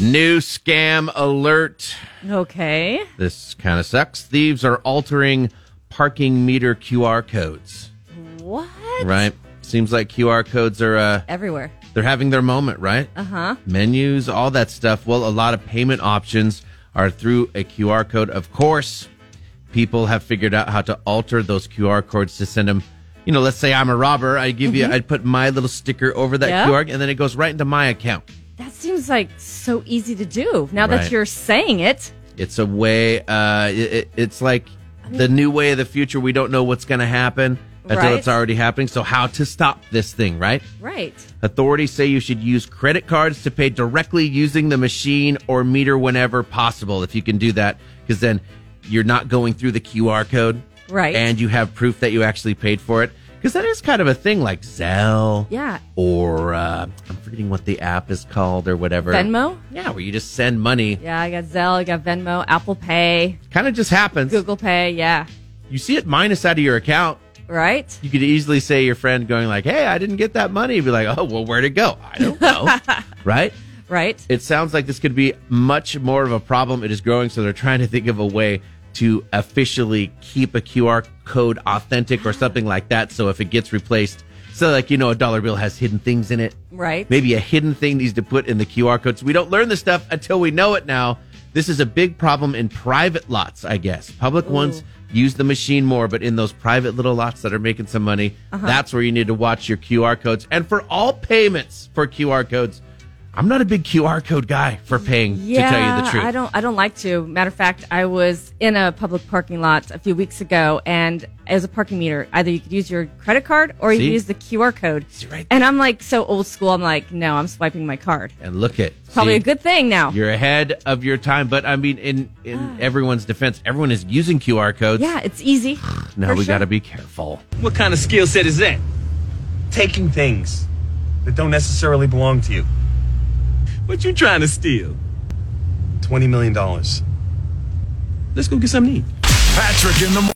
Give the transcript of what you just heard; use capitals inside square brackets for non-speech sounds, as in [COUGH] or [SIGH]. New scam alert. Okay. This kind of sucks. Thieves are altering parking meter QR codes, What? right? Seems like QR codes are uh Everywhere. they're having their moment, right? Uh-huh. Menus, all that stuff. Well, a lot of payment options are through a QR code. Of course, people have figured out how to alter those QR codes to send them you know, let's say I'm a robber, I give you, I'd put my little sticker over that Yeah. QR, and then it goes right into my account. That seems like so easy to do now Right. that you're saying it. It's a way. Uh, it, it- it's like the new way of the future. We don't know what's going to happen until Right. it's already happening. So how to stop this thing, right? Right. Authorities say you should use credit cards to pay directly using the machine or meter whenever possible. If you can do that, because then you're not going through the QR code, Right. And you have proof that you actually paid for it. Because that is kind of a thing, like Zelle, Yeah. or uh, I'm forgetting what the app is called or whatever. Venmo? yeah, where you just send money. Yeah, I got Zelle, I got Venmo, Apple Pay, Kind of just happens. Google Pay. Yeah. you see it minus out of your account. Right? You could easily say your friend going like, "Hey, I didn't get that money." Be like, "Oh, well, where'd it go? I don't know." right? Right. It sounds like this could be much more of a problem. It is growing, so they're trying to think of a way to officially keep a QR code authentic or something like that. So if it gets replaced, so like you know, a dollar bill has hidden things in it. Right. Maybe a hidden thing needs to put in the QR codes. We don't learn this stuff until we know it now. This is a big problem in private lots, I guess. Public ones use the machine more, but in those private little lots that are making some money, that's where you need to watch your QR codes. And for all payments for QR codes, I'm not a big QR code guy for paying, Yeah, to tell you the truth. I don't. I don't like to. Matter of fact, I was in a public parking lot a few weeks ago, and as a parking meter, either you could use your credit card or you See? could use the QR code. See right and I'm like so old school. I'm like, no, I'm swiping my card. and look at Probably see, a good thing now. You're ahead of your time, but I mean, in in everyone's defense, everyone is using QR codes. Yeah, it's easy. [SIGHS] now for we sure. got to be careful. What kind of skill set is that? taking things that don't necessarily belong to you. What you trying to steal? $20 million. Let's go get something to eat. Patrick in the morning.